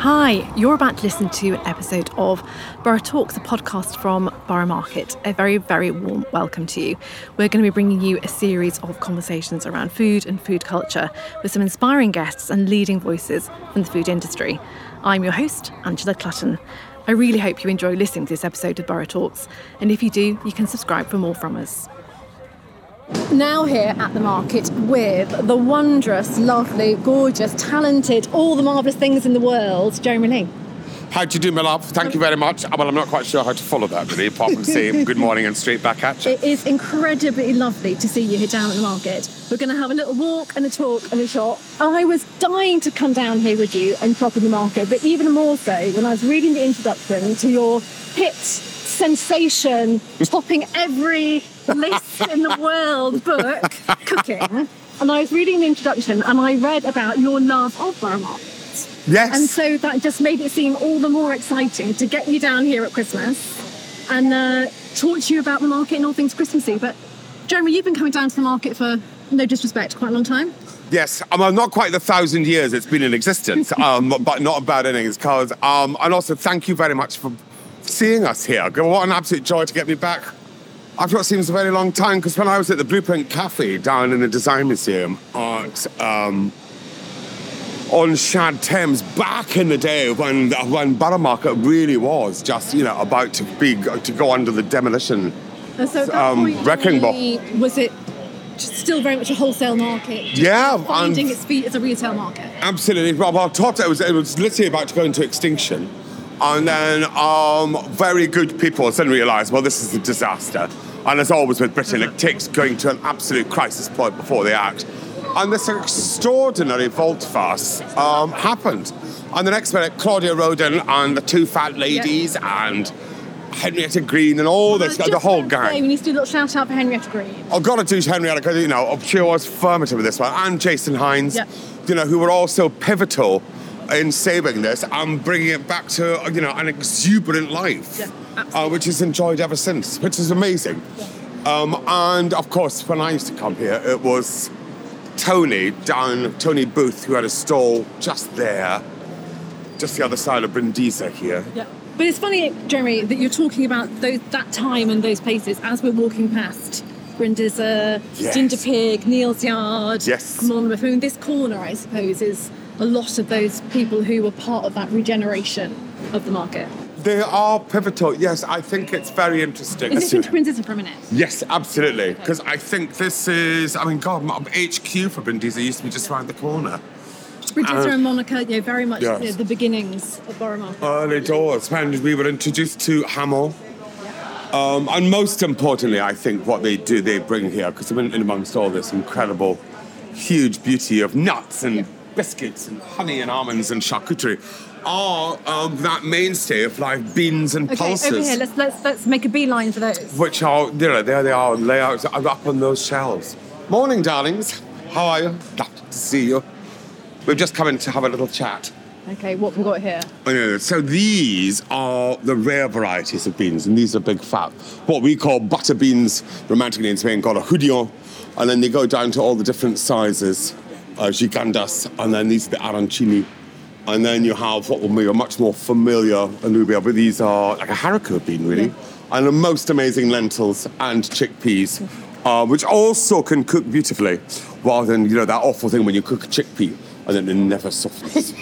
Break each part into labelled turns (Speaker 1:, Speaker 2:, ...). Speaker 1: Hi, you're about to listen to an episode of Borough Talks, a podcast from Borough Market. A very, very warm welcome to you. We're going to be bringing you a series of conversations around food and food culture with some inspiring guests and leading voices from the food industry. I'm your host, Angela Clutton. I really hope you enjoy listening to this episode of Borough Talks, and if you do, you can subscribe for more from us now here at the market with the wondrous, lovely, gorgeous, talented, all the marvellous things in the world, Jeremy Lee.
Speaker 2: How do you do, my love? Thank you very much. Uh, Well, I'm not quite sure how to follow that, really, apart from saying good morning and straight back at you.
Speaker 1: It is incredibly lovely to see you here down at the market. We're going to have a little walk and a talk and a shop. I was dying to come down here with you and shop in the market, but even more so when I was reading the introduction to your hit sensation, topping every list in the world book, cooking. And I was reading the introduction and I read about your love of Borough Market.
Speaker 2: Yes.
Speaker 1: And so that just made it seem all the more exciting to get you down here at Christmas and uh, talk to you about the market and all things Christmassy. But Jeremy, you've been coming down to the market for no disrespect, quite a long time.
Speaker 2: Yes, um, well, not quite the thousand years it's been in existence, um, but not a bad innings, because, um, and also thank you very much for seeing us here. Go- What an absolute joy to get me back. I've not seen it a very long time, because when I was at the Blueprint Cafe down in the Design Museum at, um, on Shad Thames back in the day when, when Borough Market really was just, you know, about to be, to go under the demolition.
Speaker 1: And so at that
Speaker 2: Um,
Speaker 1: point,
Speaker 2: wrecking ball.
Speaker 1: really, was it just still very much a wholesale market? just
Speaker 2: Yeah,
Speaker 1: finding
Speaker 2: and-
Speaker 1: its feet as a retail market.
Speaker 2: Absolutely. Well, well Tata was, it was literally about to go into extinction. And then um, very good people then realised, well, this is a disaster. And as always with Britain, it takes going to an absolute crisis point before they act. And this extraordinary volte face um, happened. And the next minute, Claudia Roden and the two fat ladies and Henrietta Green and all this,
Speaker 1: Well,
Speaker 2: the
Speaker 1: just
Speaker 2: whole
Speaker 1: to
Speaker 2: gang.
Speaker 1: say, We need to do a little shout out for Henrietta Green.
Speaker 2: I've got to do Henrietta because, you know, she was affirmative with this one, and Jason Hines,
Speaker 1: Yeah.
Speaker 2: you know, who were also pivotal in saving this and bringing it back to, you know, an exuberant life,
Speaker 1: Yeah,
Speaker 2: uh, which is enjoyed ever since, which is amazing. Um, and of course, when I used to come here, it was Tony down, Tony Booth, who had a stall just there, just the other side of Brindisa here.
Speaker 1: Yeah. But it's funny, Jeremy, that you're talking about those, that time and those places as we're walking past. Brindisa,
Speaker 2: Yes.
Speaker 1: Ginger Pig, Neil's Yard,
Speaker 2: Yes.
Speaker 1: Monmouth. I mean, this corner, I suppose, is a lot of those people who were part of that regeneration of the market.
Speaker 2: They are pivotal. Yes, I think it's very interesting.
Speaker 1: Let's listen to Brindisa for a minute.
Speaker 2: Yes, absolutely. Because I think this is, I mean, God, my- HQ for Brindisi used to be just around the corner.
Speaker 1: Brindisa
Speaker 2: Uh,
Speaker 1: and Monica, you know, very much
Speaker 2: yes. Uh,
Speaker 1: you know, the beginnings of Borough Market.
Speaker 2: Early doors, when we were introduced to Hamill. Um, and most importantly, I think what they do, they bring here, because I'm in in amongst all this incredible, huge beauty of nuts and biscuits and honey and almonds and charcuterie, are um, that mainstay of like beans and
Speaker 1: okay,
Speaker 2: pulses.
Speaker 1: over here, let's, let's, let's make a beeline for those.
Speaker 2: which are you know, there they are layouts are up on those shelves. Morning, darlings. How are you? Glad to see you. We've just come in to have a little chat.
Speaker 1: Okay, what we've got here.
Speaker 2: Uh, So these are the rare varieties of beans, and these are big fat. What we call butter beans, romantically in Spain, called a judío, and then they go down to all the different sizes, uh, gigandas, and then these are the arancini. And then you have what will be a much more familiar alubia, but these are like a haricot bean, really. And the most amazing lentils and chickpeas, uh, which also can cook beautifully, rather than, you know, that awful thing when you cook a chickpea and then it never softens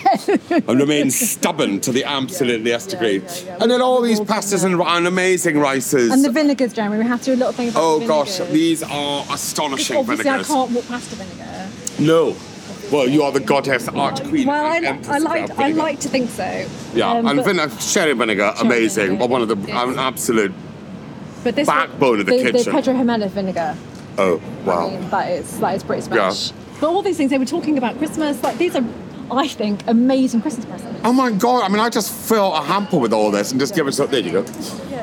Speaker 2: and remain stubborn to the absolute last
Speaker 1: yeah,
Speaker 2: degree.
Speaker 1: yeah, yeah.
Speaker 2: And then all these pastas and, and amazing rices.
Speaker 1: And the vinegars, Jeremy, we have to do a little thing about
Speaker 2: oh
Speaker 1: the
Speaker 2: gosh,
Speaker 1: vinegars.
Speaker 2: these are astonishing
Speaker 1: Obviously,
Speaker 2: vinegars.
Speaker 1: I can't walk past a vinegar.
Speaker 2: No. Well, you are the goddess, art queen.
Speaker 1: Well, I,
Speaker 2: and empress
Speaker 1: I
Speaker 2: of
Speaker 1: like I
Speaker 2: vinegar.
Speaker 1: like to think so.
Speaker 2: Yeah,
Speaker 1: Um,
Speaker 2: and
Speaker 1: but,
Speaker 2: vine- sherry vinegar, amazing.
Speaker 1: vinegar,
Speaker 2: Well, one of the
Speaker 1: yeah.
Speaker 2: an absolute.
Speaker 1: but this
Speaker 2: backbone of the
Speaker 1: The
Speaker 2: kitchen.
Speaker 1: Pedro Jimenez vinegar.
Speaker 2: Oh wow.
Speaker 1: I mean, that is that is pretty smash. But all these things they were talking about Christmas, like these are, I think, amazing Christmas presents.
Speaker 2: Oh my god! I mean, I just fill a hamper with all this and just give it something. There you go.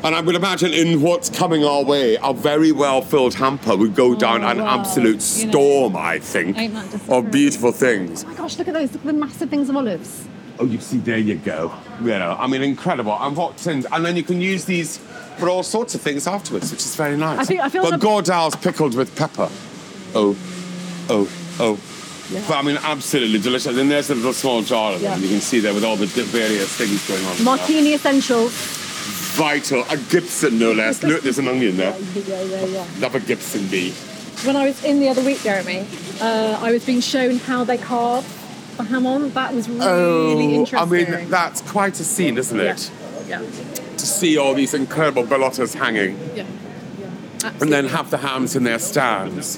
Speaker 2: And I would imagine in what's coming our way, a very well-filled hamper would go down an
Speaker 1: Oh, wow.
Speaker 2: absolute
Speaker 1: You know,
Speaker 2: storm, I think,
Speaker 1: ain't that just
Speaker 2: of
Speaker 1: great?
Speaker 2: beautiful things.
Speaker 1: Oh my gosh, look at those! Look at the massive things of olives.
Speaker 2: Oh, you see, there you go. You know, I mean, incredible. And what things, and then you can use these for all sorts of things afterwards, which is very nice.
Speaker 1: I think- I feel
Speaker 2: but
Speaker 1: like-
Speaker 2: gourdals pickled with pepper. Oh, oh, oh,
Speaker 3: Yeah.
Speaker 2: But I mean, absolutely delicious. And there's a little small jar of
Speaker 3: Yeah.
Speaker 2: them. You can see there with all the di- various things going on.
Speaker 3: Martini essentials.
Speaker 2: Vital. A Gibson, no less. Look, there's an onion there.
Speaker 3: Yeah, yeah, yeah.
Speaker 2: Love a Gibson bee.
Speaker 3: When I was in the other week, Jeremy, uh, I was being shown how they carve the ham on. That was really interesting.
Speaker 2: Oh, I mean, that's quite a scene, isn't
Speaker 3: yeah.
Speaker 2: it?
Speaker 3: yeah,
Speaker 2: To see all these incredible bellottas hanging
Speaker 3: yeah, yeah.
Speaker 2: and then have the hams in their stands.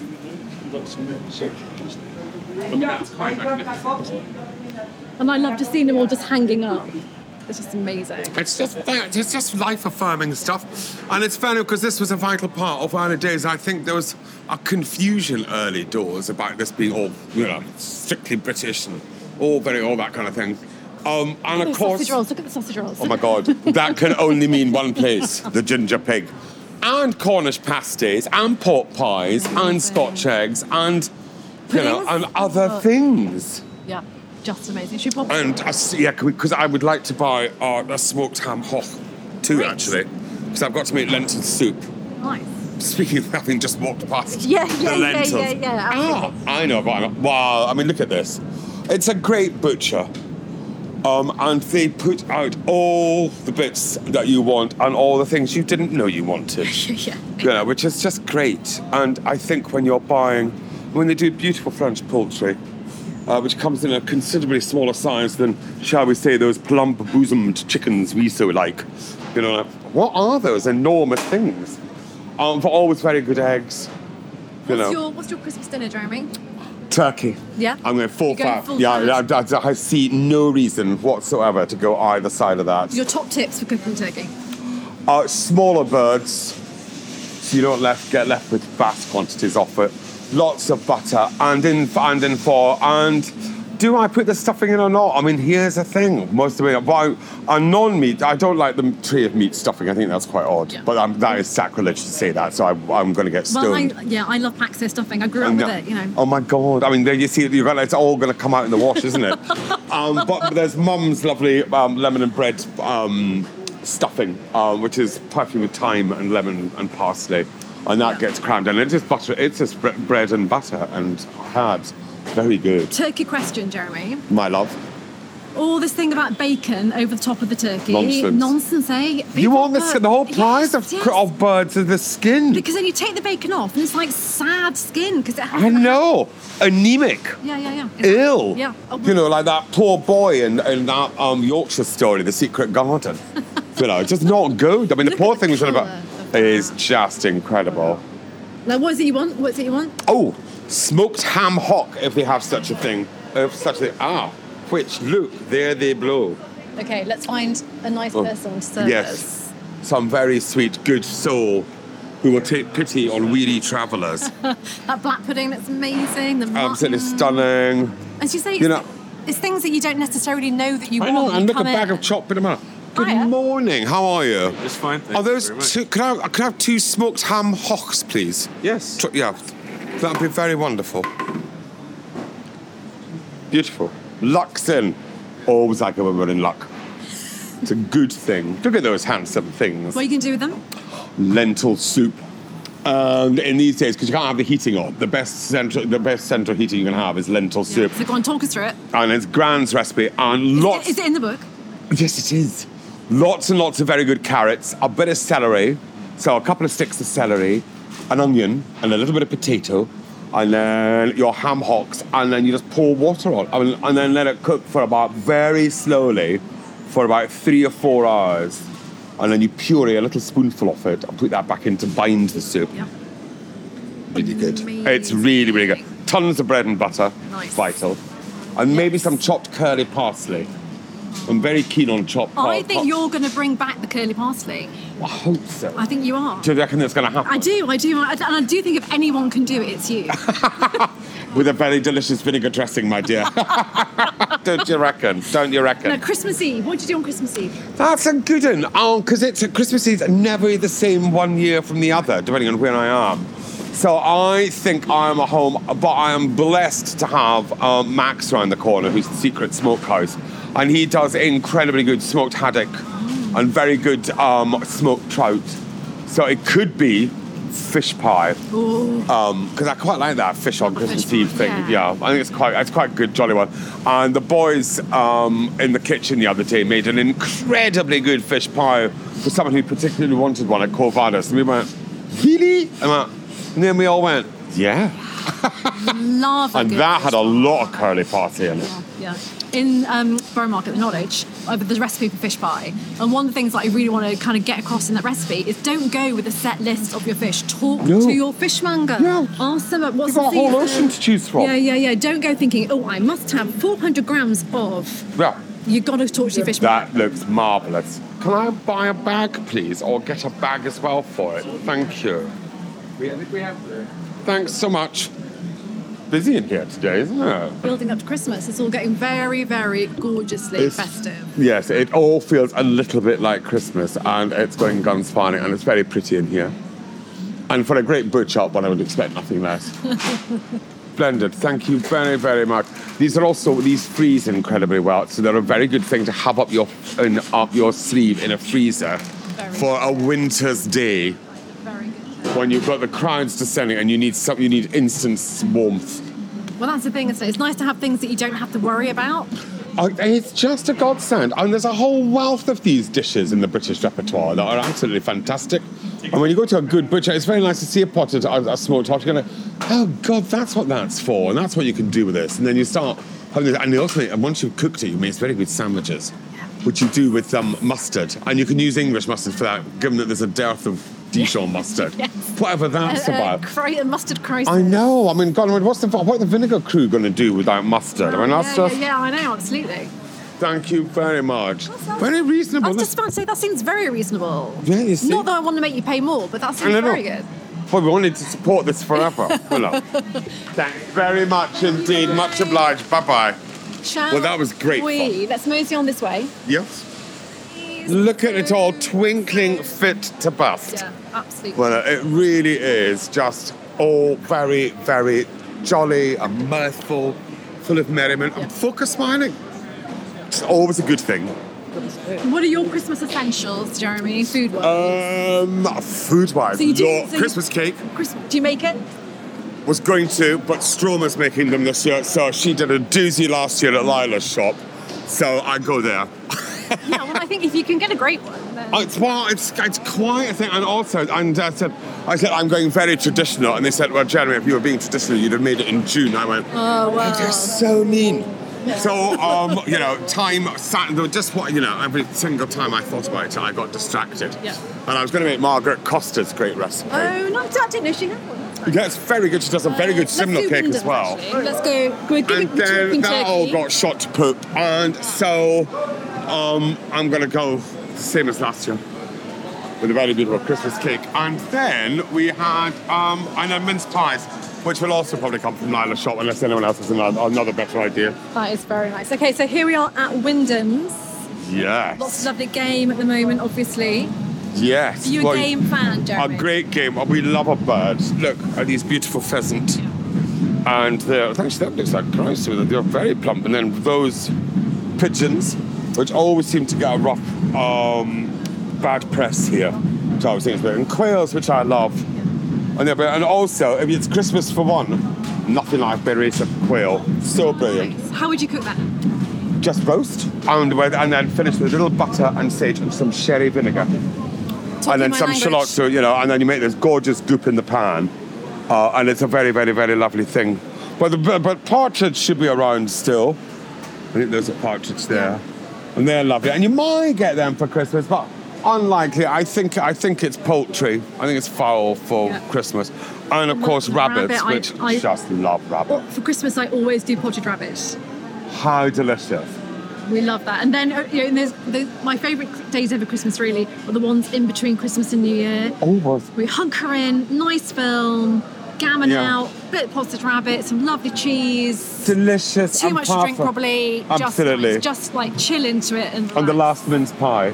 Speaker 3: And I love to see them all just hanging up. It's just amazing.
Speaker 2: It's just that- it's just life affirming stuff, and it's funny because this was a vital part of early days. I think there was a confusion early doors about this being all you know strictly British and all very all that kind of thing. Um, and of
Speaker 3: Look at the
Speaker 2: course,
Speaker 3: sausage rolls. Look at the sausage rolls.
Speaker 2: oh my god, that can only mean one place: the ginger pig, and Cornish pasties, and pork pies, and Scotch eggs, and you know, and
Speaker 3: Puddings?
Speaker 2: other
Speaker 3: Oh.
Speaker 2: things.
Speaker 3: Yeah, just amazing. Should we pop?
Speaker 2: And I s yeah, because I would like to buy uh, a smoked ham hock too,
Speaker 3: Great.
Speaker 2: actually, because I've got to make lentil soup.
Speaker 3: nice.
Speaker 2: Speaking of having just walked past
Speaker 3: Yeah, yeah,
Speaker 2: the
Speaker 3: yeah,
Speaker 2: lentils.
Speaker 3: yeah, yeah,
Speaker 2: Ah, I know, but I'm, wow, I mean, look at this. It's a great butcher. Um, and they put out all the bits that you want and all the things you didn't know you wanted
Speaker 3: yeah.
Speaker 2: you know, which is just great. And I think when you're buying, when they do beautiful French poultry, uh, which comes in a considerably smaller size than, shall we say, those plump bosomed chickens we so like. You know, like, what are those enormous things? Um, but always very good eggs. You know,
Speaker 3: What's your What's your Christmas dinner, Jeremy?
Speaker 2: turkey.
Speaker 3: Yeah?
Speaker 2: I'm going full
Speaker 3: You're going
Speaker 2: fat.
Speaker 3: full
Speaker 2: yeah,
Speaker 3: fat.
Speaker 2: yeah, I- I, I see no reason whatsoever to go either side of that.
Speaker 3: Your top tips for cooking turkey.
Speaker 2: uh, smaller birds, so you don't left, get left with vast quantities of it. Lots of butter and in and in for and. Do I put the stuffing in or not? I mean, here's the thing. Most of it, why a non-meat. I don't like the tray of meat stuffing. I think that's quite odd.
Speaker 3: Yeah.
Speaker 2: But um, that is sacrilege to say that. So I, I'm going to get stoned.
Speaker 3: Well, I, yeah, I love paxo stuffing. I grew up
Speaker 2: And
Speaker 3: with
Speaker 2: that-
Speaker 3: it. You know.
Speaker 2: Oh my god! I mean, there you see, you've got it's all going to come out in the wash, isn't it? um, but there's Mum's lovely um, lemon and bread um, stuffing, um, which is perfumed with thyme and lemon and parsley, and that
Speaker 3: Yeah.
Speaker 2: gets crammed in. It's just butter. It's just bre- bread and butter and herbs. Very good,
Speaker 3: Turkey question, Jeremy.
Speaker 2: my love.
Speaker 3: All this thing about bacon over the top of the turkey.
Speaker 2: Nonsense.
Speaker 3: Nonsense, eh?
Speaker 2: you
Speaker 3: People
Speaker 2: want the,
Speaker 3: put-
Speaker 2: skin- the whole
Speaker 3: Yes,
Speaker 2: prize of,
Speaker 3: yes.
Speaker 2: of birds is the skin.
Speaker 3: Because then you take the bacon off and it's like sad skin because it has.
Speaker 2: I know, anemic.
Speaker 3: Yeah, yeah, yeah. It's-
Speaker 2: ill.
Speaker 3: Yeah. Oh,
Speaker 2: You know, like that poor boy in, in that um, Yorkshire story, The Secret Garden. you know, just not good. I mean, the
Speaker 3: Look
Speaker 2: poor
Speaker 3: at the
Speaker 2: thing was about
Speaker 3: colour of that.
Speaker 2: is just incredible.
Speaker 3: Now, what is it you want? What's it you want?
Speaker 2: Oh, smoked ham hock, if they have such a thing. If such a ah, which look there they blow. Oh,
Speaker 3: Okay, let's find a nice person to serve us.
Speaker 2: Yes, some very sweet, good soul. Who will take pity on weary travellers?
Speaker 3: That black pudding that's amazing. The
Speaker 2: Absolutely
Speaker 3: mutton.
Speaker 2: stunning.
Speaker 3: As you say,
Speaker 2: You know-
Speaker 3: it's things that you don't necessarily know that you
Speaker 2: I
Speaker 3: want.
Speaker 2: know,
Speaker 3: when
Speaker 2: and
Speaker 3: you
Speaker 2: look a
Speaker 3: come
Speaker 2: bag
Speaker 3: in.
Speaker 2: of chopped bit of mar- Good
Speaker 3: Hiya.
Speaker 2: morning. How are you?
Speaker 4: It's fine. Thank
Speaker 2: Are
Speaker 4: you
Speaker 2: those
Speaker 4: very much.
Speaker 2: two? Could I, could I have two smoked ham hocks, please?
Speaker 4: Yes.
Speaker 2: Tr- yeah, that'd be very wonderful. Beautiful. Luck's in. Always like a woman in luck. It's a good thing. Look at those handsome things.
Speaker 3: What are you going to do with them?
Speaker 2: Lentil soup. Um, in these days, because you can't have the heating on, the best central, the best central heating you can have is lentil soup,
Speaker 3: So go on, talk us through it.
Speaker 2: and it's Grand's recipe, and
Speaker 3: Is
Speaker 2: lots.
Speaker 3: it- Is it in the book?
Speaker 2: Yes, it is. Lots and lots of very good carrots, a bit of celery, so a couple of sticks of celery, an onion, and a little bit of potato, and then your ham hocks, and then you just pour water on, I mean, and then let it cook for about very slowly for about three or four hours, and then you puree a little spoonful of it and put that back in to bind the soup.
Speaker 3: Yeah.
Speaker 2: Really good.
Speaker 3: Amazing.
Speaker 2: It's really, really good. Tons of bread and butter.
Speaker 3: Nice.
Speaker 2: Vital. And maybe some chopped curly parsley. I'm very keen on chopped par-
Speaker 3: I think
Speaker 2: par-
Speaker 3: you're going to bring back the curly parsley.
Speaker 2: I hope so.
Speaker 3: I think you are.
Speaker 2: do you reckon that's going to happen?
Speaker 3: I do, I do, I- and I do think if anyone can do it, it's you.
Speaker 2: With a very delicious vinegar dressing, my dear. Don't you reckon? Don't you reckon?
Speaker 3: now, Christmas Eve. What do you do on Christmas Eve?
Speaker 2: That's a good one. Oh, because it's a Christmas is never the same one year from the other, depending on where I am. So I think I am a home, but I am blessed to have um, Max around the corner, who's the secret smokehouse, and he does incredibly good smoked haddock and very good um, smoked trout. So it could be fish pie because Um, I quite like that fish on Christmas
Speaker 1: pie,
Speaker 2: Eve thing.
Speaker 1: yeah.
Speaker 2: Yeah. I think it's quite it's quite a good jolly one. And the boys um, in the kitchen the other day made an incredibly good fish pie for someone who particularly wanted one at Corvallis, and we went really, and, I- and then we all went yeah,
Speaker 3: Love. a
Speaker 2: and
Speaker 3: good
Speaker 2: that had a
Speaker 3: fish
Speaker 2: lot of curly party in it.
Speaker 3: pie. Yeah. In um, Borough Market, the Knowledge, uh, there's a recipe for fish pie. And one of the things that I really want to kind of get across in that recipe is don't go with a set list of your fish. Talk
Speaker 2: No.
Speaker 3: to your fishmonger.
Speaker 2: Yeah.
Speaker 3: Ask them, uh, what's
Speaker 2: You've got a
Speaker 3: the
Speaker 2: whole
Speaker 3: season?
Speaker 2: ocean to choose from.
Speaker 3: Yeah, yeah, yeah. Don't go thinking, oh, I must have 400 grams of.
Speaker 2: Yeah.
Speaker 3: you got to talk to your fishmonger.
Speaker 2: That looks marvellous. Can I buy a bag, please, or get a bag as well for it? Thank you. Thanks so much. Busy in here today, isn't it?
Speaker 3: Building up to Christmas, it's all getting very, very gorgeously festive.
Speaker 2: Yes, it all feels a little bit like Christmas, and it's going guns firing, and it's very pretty in here. And for a great boot shop, one I would expect nothing less. Splendid. Thank you very, very much. These are also these freeze incredibly well, so they're a very good thing to have up your in, up your sleeve in a freezer for a winter's day
Speaker 3: Very good.
Speaker 2: when you've got the crowds descending and you need some, you need instant warmth.
Speaker 3: Well, that's the thing, isn't it? It's nice to have things that you don't have to worry about.
Speaker 2: Oh, It's just a godsend. And there's a whole wealth of these dishes in the British repertoire that are absolutely fantastic. And when you go to a good butcher, it's very nice to see a potted, a, a smoked hot. You're going, oh God, that's what that's for, and that's what you can do with this. And then you start having this, and they also make, and once you've cooked it, you make very good sandwiches, which you do with um, mustard. And you can use English mustard for that, given that there's a dearth of Dijon mustard.
Speaker 3: Yes.
Speaker 2: Whatever that's
Speaker 3: Uh, uh,
Speaker 2: about.
Speaker 3: cri- a mustard crisis.
Speaker 2: I know. I mean, God, I mean, what's the what are the vinegar crew going to do without mustard? I mean,
Speaker 3: yeah,
Speaker 2: that's
Speaker 3: yeah,
Speaker 2: just.
Speaker 3: yeah, I know, absolutely.
Speaker 2: Thank you very much.
Speaker 3: sounds-
Speaker 2: Very
Speaker 3: I
Speaker 2: reasonable.
Speaker 3: was just about to say that seems very reasonable.
Speaker 2: Yeah, you see.
Speaker 3: Not that I want to make you pay more, but that
Speaker 2: I
Speaker 3: seems
Speaker 2: don't know.
Speaker 3: very good.
Speaker 2: But we wanted to support this forever. you know. Thanks very much indeed. Much obliged. Bye bye.
Speaker 3: Shall
Speaker 2: Well, that was great
Speaker 3: We let's mosey on this way.
Speaker 2: Yes. Look at it all twinkling fit to bust.
Speaker 3: Yeah, absolutely.
Speaker 2: Well, uh, it really is just all very, very jolly and mirthful, full of merriment, and folk are smiling. It's always a good thing.
Speaker 3: what are your Christmas essentials, Jeremy? Food wise.
Speaker 2: Um, food wise,
Speaker 3: So you do- so you-
Speaker 2: Christmas cake.
Speaker 3: Christmas, do you make it?
Speaker 2: was going to, but Stromer's making them this year, so she did a doozy last year at Lila's shop. So I go there.
Speaker 3: yeah, well, I think if you can get a great one, then
Speaker 2: Oh, It's well, it's it's quite a thing, and also, and I said, I said I'm going very traditional, and they said, well, Jeremy, if you were being traditional, you'd have made it in June. I went,
Speaker 3: oh well.
Speaker 2: they're so mean. So, um, you know, time sat, there were just what, you know, every single time I thought about it, I got distracted.
Speaker 3: Yeah.
Speaker 2: And I was going to make Margaret Costa's great recipe.
Speaker 3: Oh, no, I didn't know she had one. That's nice.
Speaker 2: yeah, it's very good. She does a very good
Speaker 3: Let's do
Speaker 2: simnel cake
Speaker 3: Wyndham's,
Speaker 2: as well.
Speaker 3: actually. Let's go. We're giving
Speaker 2: and then oh,
Speaker 3: talking
Speaker 2: that
Speaker 3: turkey.
Speaker 2: all got shot to poop. And so um, I'm going to go the same as last year with a very beautiful Christmas cake. And then we had, um, I know, mince pies, which will also probably come from Lila's shop unless anyone else has another, another better idea.
Speaker 3: That is very nice. Okay, so here we are at Wyndham's. Lots of
Speaker 2: Yes.
Speaker 3: lovely game at the moment, obviously.
Speaker 2: Yes.
Speaker 3: Are you a
Speaker 2: Well,
Speaker 3: game fan,
Speaker 2: A
Speaker 3: Jeremy?
Speaker 2: great game. oh, We love a bird. Look at these beautiful pheasant. And they're, actually, that looks like Christ. They're very plump. And then those pigeons, which always seem to get a rough, um, bad press here. Which I always think is weird. And quails, which I love. And, they're, brilliant. and also, I mean, it's Christmas for one. Nothing like berries of quail. So brilliant.
Speaker 3: How would you cook that?
Speaker 2: Just roast and, with, and then finish with a little butter and sage and some sherry vinegar and then
Speaker 3: my
Speaker 2: some
Speaker 3: language.
Speaker 2: shallot to it, you know, and then you make this gorgeous goop in the pan, uh, and it's a very, very, very lovely thing. But the, but- but partridge should be around still. I think there's a partridge there, and they're lovely. And you might get them for Christmas, but unlikely. I think I think it's poultry. I think it's fowl for
Speaker 3: Yeah.
Speaker 2: Christmas, and of
Speaker 3: Well,
Speaker 2: course
Speaker 3: rabbit,
Speaker 2: rabbits,
Speaker 3: I-
Speaker 2: which
Speaker 3: I-
Speaker 2: just love
Speaker 3: Well,
Speaker 2: rabbit.
Speaker 3: for Christmas, I always do potted rabbit.
Speaker 2: How delicious!
Speaker 3: We love that. And then, uh, you know, and there's the, my favourite days over Christmas really are the ones in between Christmas and New Year.
Speaker 2: Almost
Speaker 3: We hunker in, nice film, gammon
Speaker 2: Yeah.
Speaker 3: out, bit of potted rabbit, some lovely cheese.
Speaker 2: delicious.
Speaker 3: Too
Speaker 2: and
Speaker 3: much to drink,
Speaker 2: perfect.
Speaker 3: probably.
Speaker 2: Absolutely.
Speaker 3: Just, nice. just like chill into it. And,
Speaker 2: And the
Speaker 3: relax.
Speaker 2: last mince pie.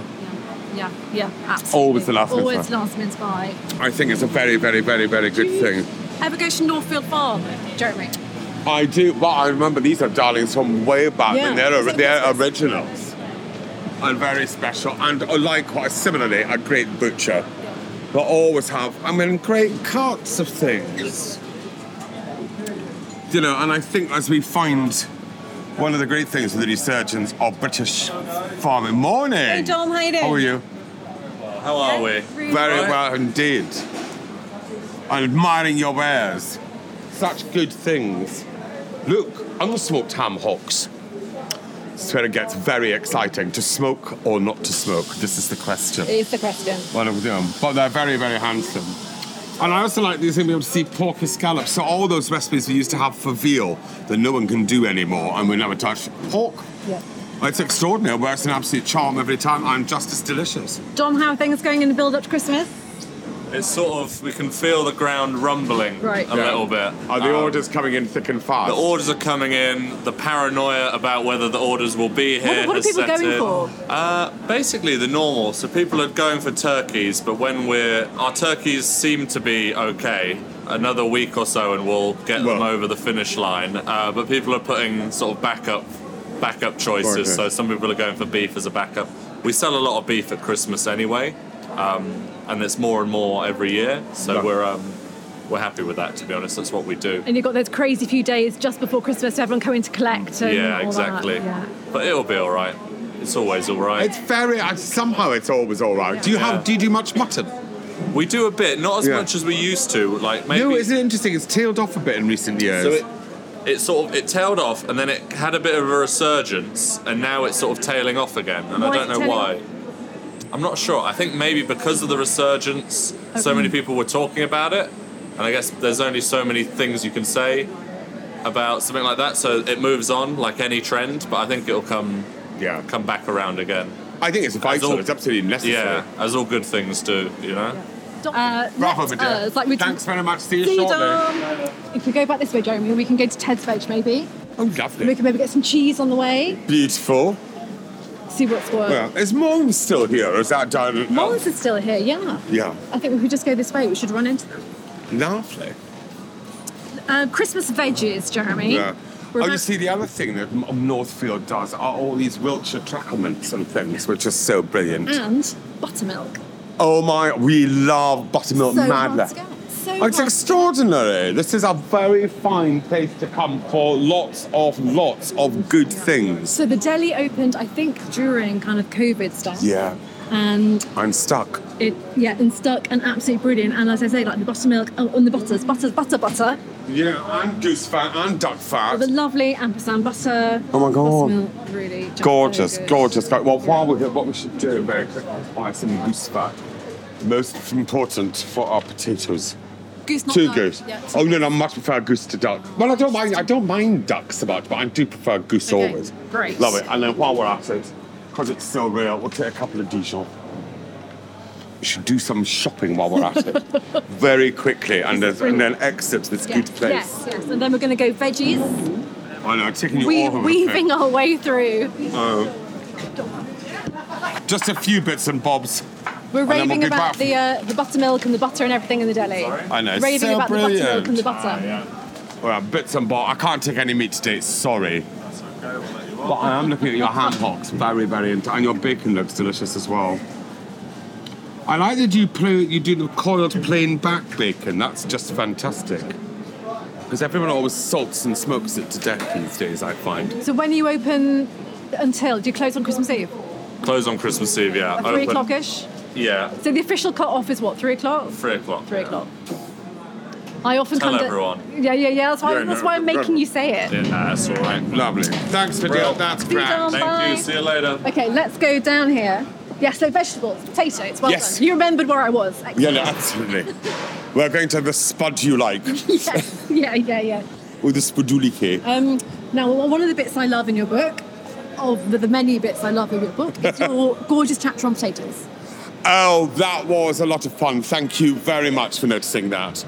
Speaker 3: Yeah, yeah, absolutely.
Speaker 2: Always the last minute
Speaker 3: Always
Speaker 2: buy.
Speaker 3: last minute buy.
Speaker 2: I think it's a very, very, very, very good thing.
Speaker 3: Ever go to Northfield Farm, Jeremy?
Speaker 2: I do, but I remember these are darlings from way back,
Speaker 3: Yeah.
Speaker 2: and they're,
Speaker 3: Is it
Speaker 2: they're
Speaker 3: Christmas?
Speaker 2: uh, originals and very special, and likewise, similarly, a great butcher But always have, I mean, great carts of things. You know, and I think as we find one of the great things with the resurgence of British farming. Morning! Hey,
Speaker 5: Dom, how you doing?
Speaker 2: How are you?
Speaker 6: How are we?
Speaker 2: Very well indeed. And admiring your wares. Such good things. Look, unsmoked ham hocks. It's where it gets very exciting. To smoke or not to smoke? This is the question.
Speaker 5: It's the question.
Speaker 2: One of them. But they're very, very handsome. And I also like these being able to see pork scallops. So all those recipes we used to have for veal that no one can do anymore and we never touch. Pork.
Speaker 5: Yeah.
Speaker 2: It's extraordinary. It works an absolute charm every time and just as delicious.
Speaker 5: Dom, how are things going in the build up to Christmas?
Speaker 6: It's sort of we can feel the ground rumbling
Speaker 5: Right.
Speaker 6: a
Speaker 2: Yeah.
Speaker 6: little bit.
Speaker 2: Are the
Speaker 6: Um,
Speaker 2: orders coming in thick and fast?
Speaker 6: The orders are coming in. The paranoia about whether the orders will be here.
Speaker 3: what are
Speaker 6: has
Speaker 3: people
Speaker 6: set
Speaker 3: going
Speaker 6: in.
Speaker 3: for?
Speaker 6: Uh, basically, the normal. So people are going for turkeys, but when we're our turkeys seem to be okay. Another week or so, and we'll get them
Speaker 2: Well.
Speaker 6: over the finish line. Uh, but people are putting sort of backup, backup choices.
Speaker 2: Okay.
Speaker 6: So some people are going for beef as a backup. We sell a lot of beef at Christmas anyway, um, and it's more and more every year. So
Speaker 2: Yeah.
Speaker 6: we're um, we're happy with that. To be honest, that's what we do.
Speaker 3: And you've got those crazy few days just before Christmas, so everyone coming to collect. And all
Speaker 6: Yeah,
Speaker 3: that,
Speaker 6: exactly.
Speaker 3: yeah.
Speaker 6: But it'll be all right. It's always all right.
Speaker 2: It's very I- somehow it's always all right. Do you have do you do much mutton?
Speaker 6: we do a bit, not as
Speaker 2: Yeah.
Speaker 6: much as we used to. Like maybe
Speaker 2: No, isn't it interesting? It's tailed off a bit in recent years.
Speaker 6: so it, it sort of it tailed off and then it had a bit of a resurgence and now it's sort of tailing off again and
Speaker 3: Why
Speaker 6: I
Speaker 3: is
Speaker 6: don't
Speaker 3: it
Speaker 6: know
Speaker 3: tailing
Speaker 6: why. I'm not sure. I think maybe because of the resurgence, so many people were talking about it, and I guess there's only so many things you can say about something like that. So it moves on like any trend, but I think it'll come
Speaker 2: yeah,
Speaker 6: come back around again.
Speaker 2: I think it's vital.
Speaker 6: all-
Speaker 2: It's absolutely necessary.
Speaker 6: Yeah, as all good things do, you know.
Speaker 3: Dom,
Speaker 2: Bravo,
Speaker 3: let
Speaker 2: my dear.
Speaker 3: us- uh, like we
Speaker 2: Thanks very much. See you
Speaker 3: See you,
Speaker 2: shortly.
Speaker 3: Dom. If we go back this way, Jeremy, we can go to Ted's Veg maybe.
Speaker 2: Oh,
Speaker 3: We
Speaker 2: lovely.
Speaker 3: can maybe get some cheese on the way,
Speaker 2: Beautiful.
Speaker 3: see what's what.
Speaker 2: Well, is Mom still here? Or is that down? at-
Speaker 3: Mullins is still here, yeah.
Speaker 2: Yeah.
Speaker 3: I think if we just go this way, we should run into them.
Speaker 2: Lovely.
Speaker 3: Uh, Christmas veggies, Jeremy.
Speaker 2: Yeah.
Speaker 3: We're
Speaker 2: oh,
Speaker 3: back-
Speaker 2: you see, the other thing that M- Northfield does are all these Wiltshire tracklements and things, which are so brilliant.
Speaker 3: And buttermilk.
Speaker 2: Oh my, we love buttermilk
Speaker 3: so
Speaker 2: madly.
Speaker 3: hard to get. So
Speaker 2: Oh, It's
Speaker 3: hard.
Speaker 2: extraordinary. This is a very fine place to come for lots of lots of good things.
Speaker 3: So the deli opened, I think, during kind of COVID stuff.
Speaker 2: Yeah,
Speaker 3: And
Speaker 2: I'm stuck.
Speaker 3: it, yeah, and stuck and absolutely brilliant. And as I say, like the buttermilk oh, and the butters, butters, butter, butter.
Speaker 2: Yeah, I'm goose fat, I'm duck fat.
Speaker 3: The lovely ampersand butter.
Speaker 2: Oh my God.
Speaker 3: Buttermilk, really. just
Speaker 2: Gorgeous,
Speaker 3: so good.
Speaker 2: gorgeous. Well, while we're here, what we should do very quickly is buy some goose fat. Most important for our potatoes.
Speaker 3: Goose, not
Speaker 2: Two
Speaker 3: duck.
Speaker 2: goose.
Speaker 3: Yeah, two
Speaker 2: oh no, no, I much prefer goose to duck. Well, I don't mind. I don't mind ducks so much, but I do prefer goose
Speaker 3: Okay,
Speaker 2: always.
Speaker 3: great.
Speaker 2: Love it. And then while we're at it, because it's so real, we'll take a couple of Dijon. We should do some shopping while we're at it, very quickly, and, there's- and then exit this
Speaker 3: Yeah.
Speaker 2: good place.
Speaker 3: Yes, yes. And then we're going to go veggies,
Speaker 2: I know, taking you
Speaker 3: we,
Speaker 2: all over the
Speaker 3: weaving
Speaker 2: place.
Speaker 3: our way through.
Speaker 2: Just a few bits and bobs.
Speaker 3: We're
Speaker 2: And then
Speaker 3: raving
Speaker 2: we'll be
Speaker 3: about
Speaker 2: back.
Speaker 3: the uh, the buttermilk and the butter and everything in the deli.
Speaker 2: I know, it's
Speaker 3: Raving
Speaker 2: so
Speaker 3: about the buttermilk
Speaker 2: brilliant.
Speaker 3: and the butter.
Speaker 2: Ah, Well, bits and bobs. I can't take any meat today. Sorry. But I am looking at your ham hocks. Very, very int- and your bacon looks delicious as well. I like that you pl- you do the coiled plain back bacon. That's just fantastic. Because everyone always salts and smokes it to death these days. I find.
Speaker 3: So when you open until do you close on Christmas Eve?
Speaker 6: Close on Christmas Eve, yeah.
Speaker 3: Like three
Speaker 6: Open-
Speaker 3: o'clock ish.
Speaker 6: Yeah,
Speaker 3: So the official cut off is what three o'clock.
Speaker 6: three o'clock.
Speaker 3: Three o'clock. I often
Speaker 6: Tell
Speaker 3: come to-
Speaker 6: everyone.
Speaker 3: Yeah, yeah, yeah. That's why,
Speaker 2: Yeah,
Speaker 3: that's
Speaker 2: no,
Speaker 3: why I'm
Speaker 2: no
Speaker 3: making
Speaker 2: problem.
Speaker 3: you say it.
Speaker 6: Yeah, nah, it's all right.
Speaker 2: Lovely. Thanks for
Speaker 6: Well,
Speaker 2: doing That's
Speaker 3: you,
Speaker 2: grand.
Speaker 3: Dom.
Speaker 6: Thank
Speaker 3: Bye.
Speaker 6: you. See you later.
Speaker 3: Okay, let's go down here. Yeah, so vegetables, potatoes. Well
Speaker 2: Yes.
Speaker 3: done. You remembered where I was. Excellent.
Speaker 2: Yeah, no, absolutely. We're going to the spud you like
Speaker 3: yes. Yeah, yeah, yeah.
Speaker 2: with the spudulike.
Speaker 3: Um, now, one of the bits I love in your book, of the, the many bits I love in your book, is your gorgeous chapter on potatoes.
Speaker 2: Oh, that was a lot of fun. Thank you very much for noticing that.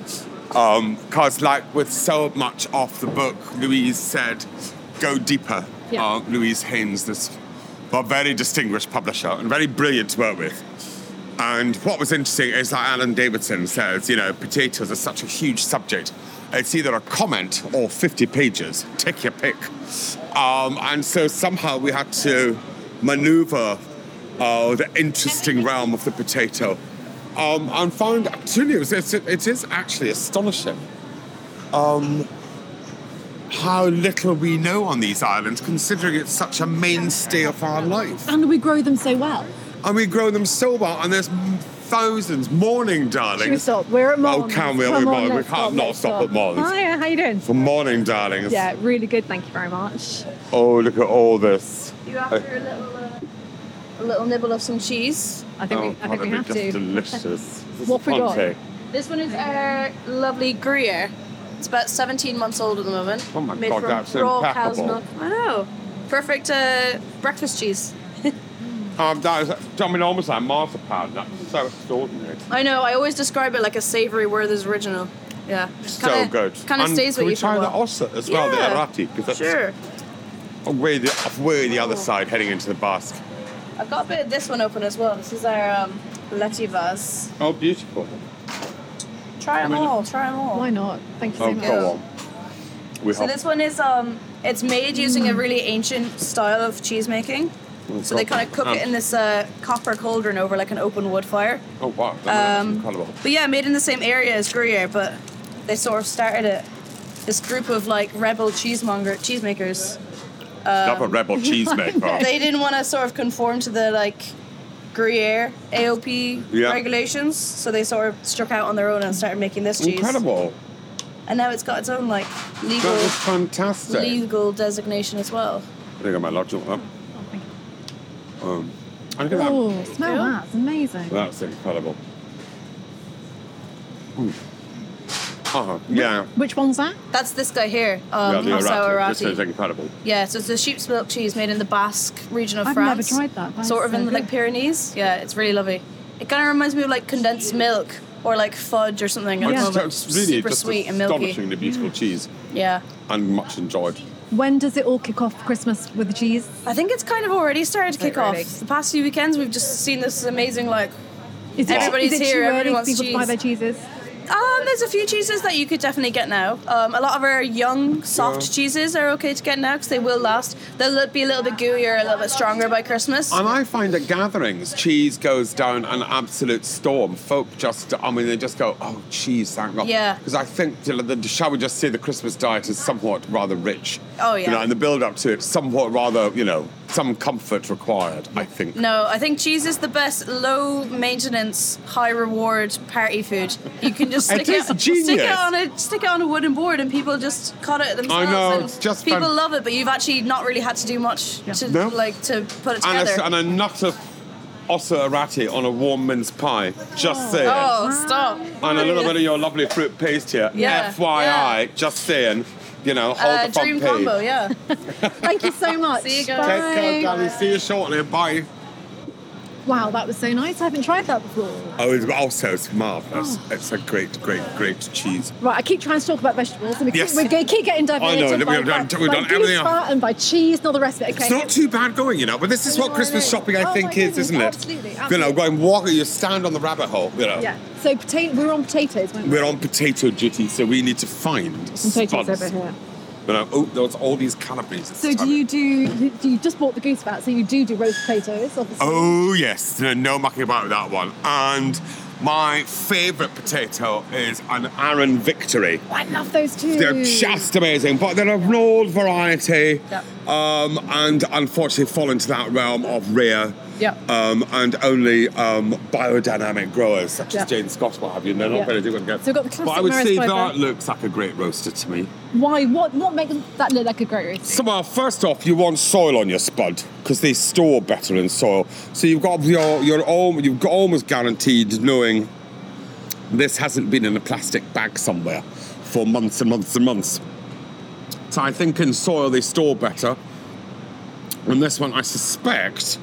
Speaker 2: Because, like with so much off the book, Louise said, go deeper.
Speaker 3: Yeah.
Speaker 2: Uh, Louise Haynes, this well, very distinguished publisher and very brilliant to work with. And what was interesting is that Alan Davidson says, you know, potatoes are such a huge subject. It's either a comment or 50 pages. Take your pick. Um, and so somehow we had Oh, to maneuver uh, the interesting realm of the potato um, and found actually it, was, it's, it is actually astonishing um, how little we know on these islands, considering it's such a mainstay of our life.
Speaker 3: And we grow them so well.
Speaker 2: And we grow them so well, and there's m- thousands. Morning, darling.
Speaker 5: Should we stop? We're at
Speaker 2: Oh,
Speaker 5: Marlon's.
Speaker 2: can we?
Speaker 5: Come
Speaker 2: we,
Speaker 5: on,
Speaker 2: we
Speaker 5: let's
Speaker 2: can't not
Speaker 5: let's
Speaker 2: stop at Marlon's.
Speaker 5: Hiya, how you doing?
Speaker 2: Good morning, darlings.
Speaker 5: Yeah, really good. Thank you very much.
Speaker 2: Oh, look at all this.
Speaker 7: You after a little, uh, a little nibble of some cheese.
Speaker 3: I think,
Speaker 2: oh,
Speaker 3: we, I think we
Speaker 2: that'd
Speaker 3: have
Speaker 2: be just
Speaker 3: to.
Speaker 2: delicious. This is
Speaker 3: What we got?
Speaker 2: Ponte.
Speaker 7: This one is our lovely Gruyere. It's about 17 months old at the moment.
Speaker 2: Oh my
Speaker 7: made
Speaker 2: God,
Speaker 7: from
Speaker 2: that's
Speaker 7: raw cow's
Speaker 2: impeccable.
Speaker 7: milk. I know. Perfect uh, breakfast cheese.
Speaker 2: Um, that is, I mean, almost like marzipan. That's so extraordinary.
Speaker 7: I know. I always describe it like a savory Werther's original. Yeah.
Speaker 2: so good.
Speaker 7: Kind of
Speaker 2: And
Speaker 7: stays
Speaker 2: can
Speaker 7: with
Speaker 2: we
Speaker 7: you for
Speaker 2: try
Speaker 7: a
Speaker 2: the
Speaker 7: while.
Speaker 2: osset as well,
Speaker 7: Yeah.
Speaker 2: the arati, because that's
Speaker 7: Sure.
Speaker 2: way the, way the other side heading into the Basque.
Speaker 7: I've got a bit of this one open as well. This is our um, Lativas.
Speaker 2: Oh, beautiful.
Speaker 7: Try them all. Try them all.
Speaker 3: Why not? Thank you so
Speaker 2: Oh,
Speaker 3: much.
Speaker 2: go on. We
Speaker 7: So
Speaker 2: have.
Speaker 7: this one is um, it's made using a really ancient style of cheese making. So they kind of cook it in this uh, copper cauldron over like an open wood fire.
Speaker 2: Oh wow, that um,
Speaker 7: Um,
Speaker 2: incredible.
Speaker 7: But yeah, made in the same area as Gruyere, but they sort of started it. This group of like rebel cheesemonger cheesemakers.
Speaker 2: Love
Speaker 7: um,
Speaker 2: a rebel cheesemaker.
Speaker 7: They didn't want to sort of conform to the like Gruyere AOP
Speaker 2: Yeah.
Speaker 7: regulations, so they sort of struck out on their own and started making this cheese.
Speaker 2: incredible.
Speaker 7: And now it's got its own like legal
Speaker 2: That is fantastic.
Speaker 7: legal designation as well.
Speaker 2: I think I might lodge it up. Um, I think that,
Speaker 3: Oh, smell that. It's amazing.
Speaker 2: that's incredible.
Speaker 7: Hmm.
Speaker 2: Mm.
Speaker 7: Ah,
Speaker 2: Oh, yeah.
Speaker 3: Which one's that?
Speaker 7: That's this guy here, um,
Speaker 2: yeah,
Speaker 7: yeah,
Speaker 2: the arati. This is
Speaker 7: Arati.
Speaker 2: incredible.
Speaker 7: Yeah, so it's a sheep's milk cheese made in the Basque region of
Speaker 3: I've never
Speaker 7: France.
Speaker 3: tried that. That
Speaker 7: sort
Speaker 3: is
Speaker 7: of in
Speaker 3: so
Speaker 7: the like
Speaker 3: good.
Speaker 7: Pyrenees. Yeah, it's really lovely. It kind of reminds me of like condensed milk or like fudge or something. at the
Speaker 2: It's
Speaker 7: moment.
Speaker 2: just- It's really
Speaker 7: super
Speaker 2: just
Speaker 7: sweet and milky.
Speaker 2: astonishingly beautiful cheese
Speaker 7: Yeah,
Speaker 2: and much enjoyed.
Speaker 3: When does it all kick off for Christmas with the cheese?
Speaker 7: I think it's kind of already started to
Speaker 3: Like
Speaker 7: kick off.
Speaker 3: really-
Speaker 7: The past few weekends, we've just seen this amazing like.
Speaker 3: Is it,
Speaker 7: Everybody's
Speaker 3: is it
Speaker 7: here,
Speaker 3: too early
Speaker 7: everybody
Speaker 3: for
Speaker 7: wants
Speaker 3: people to buy
Speaker 7: cheese.
Speaker 3: their cheeses?
Speaker 7: Um, there's a few cheeses that you could definitely get now. Um, a lot of our young soft
Speaker 2: Yeah.
Speaker 7: cheeses are okay to get now because they will last. They'll be a little bit gooier, a little bit stronger by Christmas.
Speaker 2: And I find at gatherings, cheese goes down an absolute storm. Folk just, I mean, they just go, oh, cheese, thank God.
Speaker 7: Yeah.
Speaker 2: Because I think, you know, the, shall we just say, the Christmas diet is somewhat rather rich.
Speaker 7: Oh,
Speaker 2: You
Speaker 7: yeah.
Speaker 2: know, and the build up to it, somewhat rather, you know, some comfort required, I think.
Speaker 7: No, I think cheese is the best low maintenance, high reward party food. You can just
Speaker 2: It
Speaker 7: stick
Speaker 2: is
Speaker 7: it, stick
Speaker 2: genius.
Speaker 7: it on a stick it on a wooden board, and people just cut it themselves.
Speaker 2: know,
Speaker 7: and
Speaker 2: it's just
Speaker 7: people
Speaker 2: fan-
Speaker 7: love it, but you've actually not really had to do much to
Speaker 2: No.
Speaker 7: like to put it
Speaker 2: And
Speaker 7: together.
Speaker 2: a, and a nut of ossa arati on a warm mince pie, just saying.
Speaker 7: oh, stop!
Speaker 2: And a little bit of your lovely fruit paste here.
Speaker 7: Yeah,
Speaker 2: FYI, just saying, you know, hold
Speaker 7: Uh,
Speaker 2: the front
Speaker 7: dream
Speaker 2: page.
Speaker 7: combo, yeah.
Speaker 3: Thank you so much.
Speaker 7: See you guys.
Speaker 3: Bye.
Speaker 2: Take care, darling. See you shortly. Bye.
Speaker 3: Wow, that was so nice. I haven't tried that before.
Speaker 2: Oh, it's also it's marvelous.
Speaker 3: Oh.
Speaker 2: It's a great, great, great cheese.
Speaker 3: Right, I keep trying to talk about vegetables, and we,
Speaker 2: Yes.
Speaker 3: keep, we go- keep getting
Speaker 2: I
Speaker 3: diverted.
Speaker 2: know,
Speaker 3: by,
Speaker 2: we've done-
Speaker 3: by-
Speaker 2: we've
Speaker 3: by
Speaker 2: done everything
Speaker 3: goose fat and by cheese and all the rest of it. Okay.
Speaker 2: It's not too bad going, you know. But this is what
Speaker 3: No, I
Speaker 2: Christmas
Speaker 3: know.
Speaker 2: shopping, I
Speaker 3: Oh, my
Speaker 2: think, is,
Speaker 3: goodness,
Speaker 2: isn't it?
Speaker 3: absolutely,
Speaker 2: You know,
Speaker 3: absolutely.
Speaker 2: going walk, you stand on the rabbit hole. You know.
Speaker 3: yeah. So potato, we were on potatoes, weren't we?
Speaker 2: We're on potato duty, so we need to find
Speaker 3: potatoes
Speaker 2: spuds.
Speaker 3: over here.
Speaker 2: You know, oh, there's all these calories.
Speaker 3: So do you do? do You just bought the goose fat, so you do do roast potatoes, obviously.
Speaker 2: Oh yes, no, no mucking about with that one. And my favourite potato is an Aaron Victory.
Speaker 3: I love those too.
Speaker 2: They're just amazing, but they're a broad variety,
Speaker 7: Yep.
Speaker 2: um, and unfortunately fall into that realm of rare,
Speaker 3: Yep.
Speaker 2: um, and only um, biodynamic growers such
Speaker 3: Yep.
Speaker 2: as Jane Scott what have you. and They're
Speaker 3: Yep.
Speaker 2: not very good. at getting-
Speaker 3: So we've got the
Speaker 2: but I
Speaker 3: classic
Speaker 2: would
Speaker 3: Maris
Speaker 2: say
Speaker 3: fibre.
Speaker 2: that looks like a great roaster to me.
Speaker 3: Why? What? What makes that look like a great roast?
Speaker 2: So, well, first off, you want soil on your spud because they store better in soil. So you've got your your own, you've got almost guaranteed knowing this hasn't been in a plastic bag somewhere for months and months and months. So I think in soil they store better. And this one, I suspect,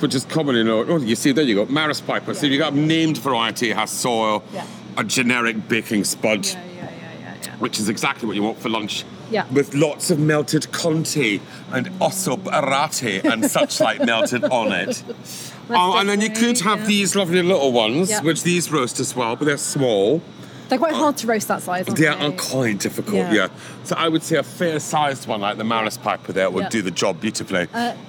Speaker 2: which is commonly known. Oh, you see, there you go, Maris Piper. So you got a named variety has soil,
Speaker 3: Yeah.
Speaker 2: a generic baking spud
Speaker 3: yeah, yeah, yeah.
Speaker 2: which is exactly what you want for lunch.
Speaker 3: Yeah.
Speaker 2: With lots of melted Conti and osso arate and such like melted on it. Oh, and then you could have these lovely little ones,
Speaker 3: Yeah.
Speaker 2: which these roast as well, but they're small.
Speaker 3: They're quite hard to roast that size. Aren't
Speaker 2: They
Speaker 3: they?
Speaker 2: are quite difficult,
Speaker 3: Yeah.
Speaker 2: yeah. So I would say a fair-sized one like the Maris Piper there would
Speaker 3: Yeah.
Speaker 2: do the job beautifully.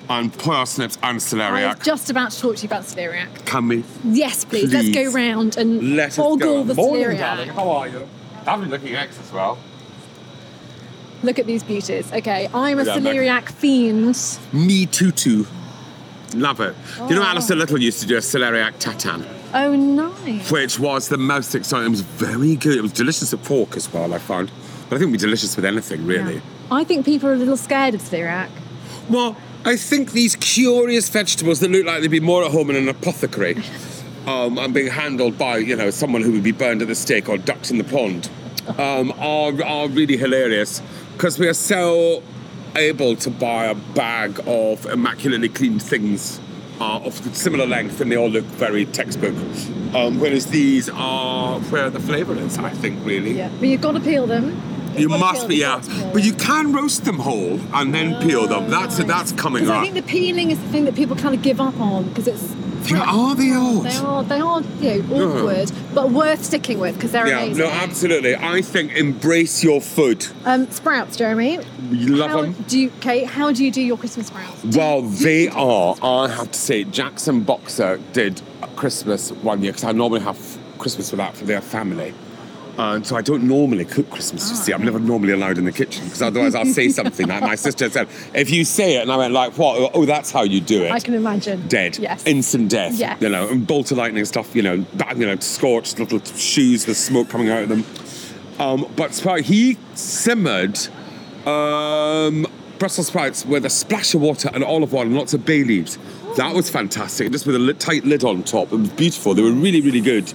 Speaker 2: and parsnips and
Speaker 3: I was
Speaker 2: celeriac.
Speaker 3: just about to talk to you about celeriac.
Speaker 2: Can we
Speaker 3: Yes, please. Let's
Speaker 2: Please.
Speaker 3: go round and
Speaker 2: let us
Speaker 3: ogle
Speaker 2: go?
Speaker 3: the
Speaker 2: Morning,
Speaker 3: celeriac.
Speaker 2: darling. How are you? I've been looking ex as well.
Speaker 3: Look at these beauties. Okay, I'm a
Speaker 2: Yeah, I'm back.
Speaker 3: celeriac fiend.
Speaker 2: Me tutu. Love it. You know, Alistair Little used to do a celeriac tatan,
Speaker 3: Oh, nice.
Speaker 2: which was the most exciting. It was very good. It was delicious with pork as well, I found. But I think it'd be delicious with anything, really.
Speaker 3: Yeah. I think people are a little scared of celeriac.
Speaker 2: Well, I think these curious vegetables that look like they'd be more at home in an apothecary um, and being handled by, you know, someone who would be burned at the stake or ducked in the pond um, are, are really hilarious because we are so able to buy a bag of immaculately clean things uh, of similar length and they all look very textbook. Um, whereas these are where the flavour is, I think, really.
Speaker 3: Yeah, but you've got to peel them.
Speaker 2: You
Speaker 3: You've got to
Speaker 2: must
Speaker 3: peel
Speaker 2: be,
Speaker 3: them,
Speaker 2: yeah.
Speaker 3: you've got to peel
Speaker 2: But
Speaker 3: them.
Speaker 2: you can roast them whole and then peel them. That's
Speaker 3: nice.
Speaker 2: that's coming
Speaker 3: 'Cause
Speaker 2: up.
Speaker 3: I think the peeling is the thing that people kind of give up on because it's
Speaker 2: They are the old.
Speaker 3: they are they are you know awkward but worth sticking with because they're
Speaker 2: Yeah,
Speaker 3: amazing.
Speaker 2: no, absolutely. I think embrace your food.
Speaker 3: um, sprouts, Jeremy.
Speaker 2: You love
Speaker 3: how
Speaker 2: 'em?
Speaker 3: Do you, Kate? How do you do your Christmas sprouts?
Speaker 2: Well, they are. I have to say, Jackson Boxer did a Christmas one year because I normally have Christmas without for their family. And so I don't normally cook Christmas, you see. I'm never normally allowed in the kitchen because otherwise I'll say something like my sister said, if you say it, and I went like, what? Oh, that's how you do it.
Speaker 3: I can imagine.
Speaker 2: dead,
Speaker 3: Yes.
Speaker 2: instant death.
Speaker 3: Yes.
Speaker 2: You know, and bolt of lightning stuff. You know, bang, you know, scorched little shoes with smoke coming out of them. Um, but Sprout, he simmered um, Brussels sprouts with a splash of water and olive oil and lots of bay leaves. That was fantastic. Just with a li- tight lid on top, it was beautiful. They were really, really good,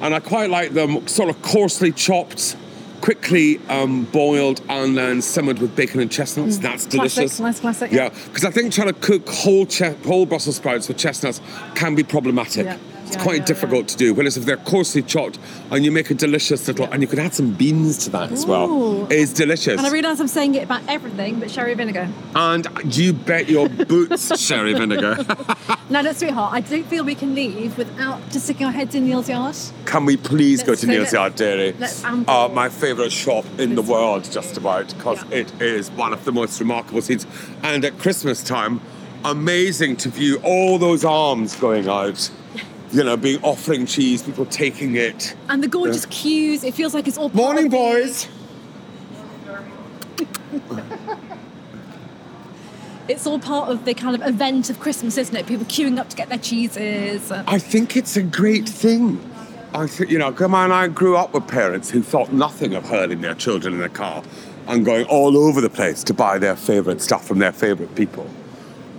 Speaker 2: and I quite like them. Sort of coarsely chopped. Quickly um, boiled and then simmered with bacon and chestnuts. That's
Speaker 3: Mm. Classic,
Speaker 2: delicious.
Speaker 3: nice classic, yeah.
Speaker 2: Yeah, because I think trying to cook whole che- whole Brussels sprouts with chestnuts can be problematic.
Speaker 3: Yeah.
Speaker 2: It's
Speaker 3: Yeah,
Speaker 2: quite
Speaker 3: yeah,
Speaker 2: difficult to do. Whereas if they're coarsely chopped and you make a delicious little, and you could add some beans to that as
Speaker 3: Ooh.
Speaker 2: well, it's delicious.
Speaker 3: And I realise I'm saying it about everything but sherry vinegar.
Speaker 2: And you bet your boots, sherry vinegar.
Speaker 3: Now, look, sweetheart, I don't feel we can leave without just sticking our heads in Neil's yard.
Speaker 2: Can we please go
Speaker 3: Let's
Speaker 2: to
Speaker 3: say
Speaker 2: Neil's
Speaker 3: that-
Speaker 2: Yard Dairy?
Speaker 3: let's amble.
Speaker 2: Uh, my favourite shop in the
Speaker 3: Let's-
Speaker 2: world, just about, because
Speaker 3: Yeah.
Speaker 2: it is one of the most remarkable scenes. And at Christmas time, amazing to view all those arms going out. You know, being offering cheese, people taking it.
Speaker 3: And the gorgeous queues, it feels like it's all. part
Speaker 2: Morning,
Speaker 3: of the-
Speaker 2: boys.
Speaker 3: It's all part of the kind of event of Christmas, isn't it? People queuing up to get their cheeses. and-
Speaker 2: I think it's a great thing. I think, you know, come on, I grew up with parents who thought nothing of hurling their children in a car and going all over the place to buy their favourite stuff from their favourite people.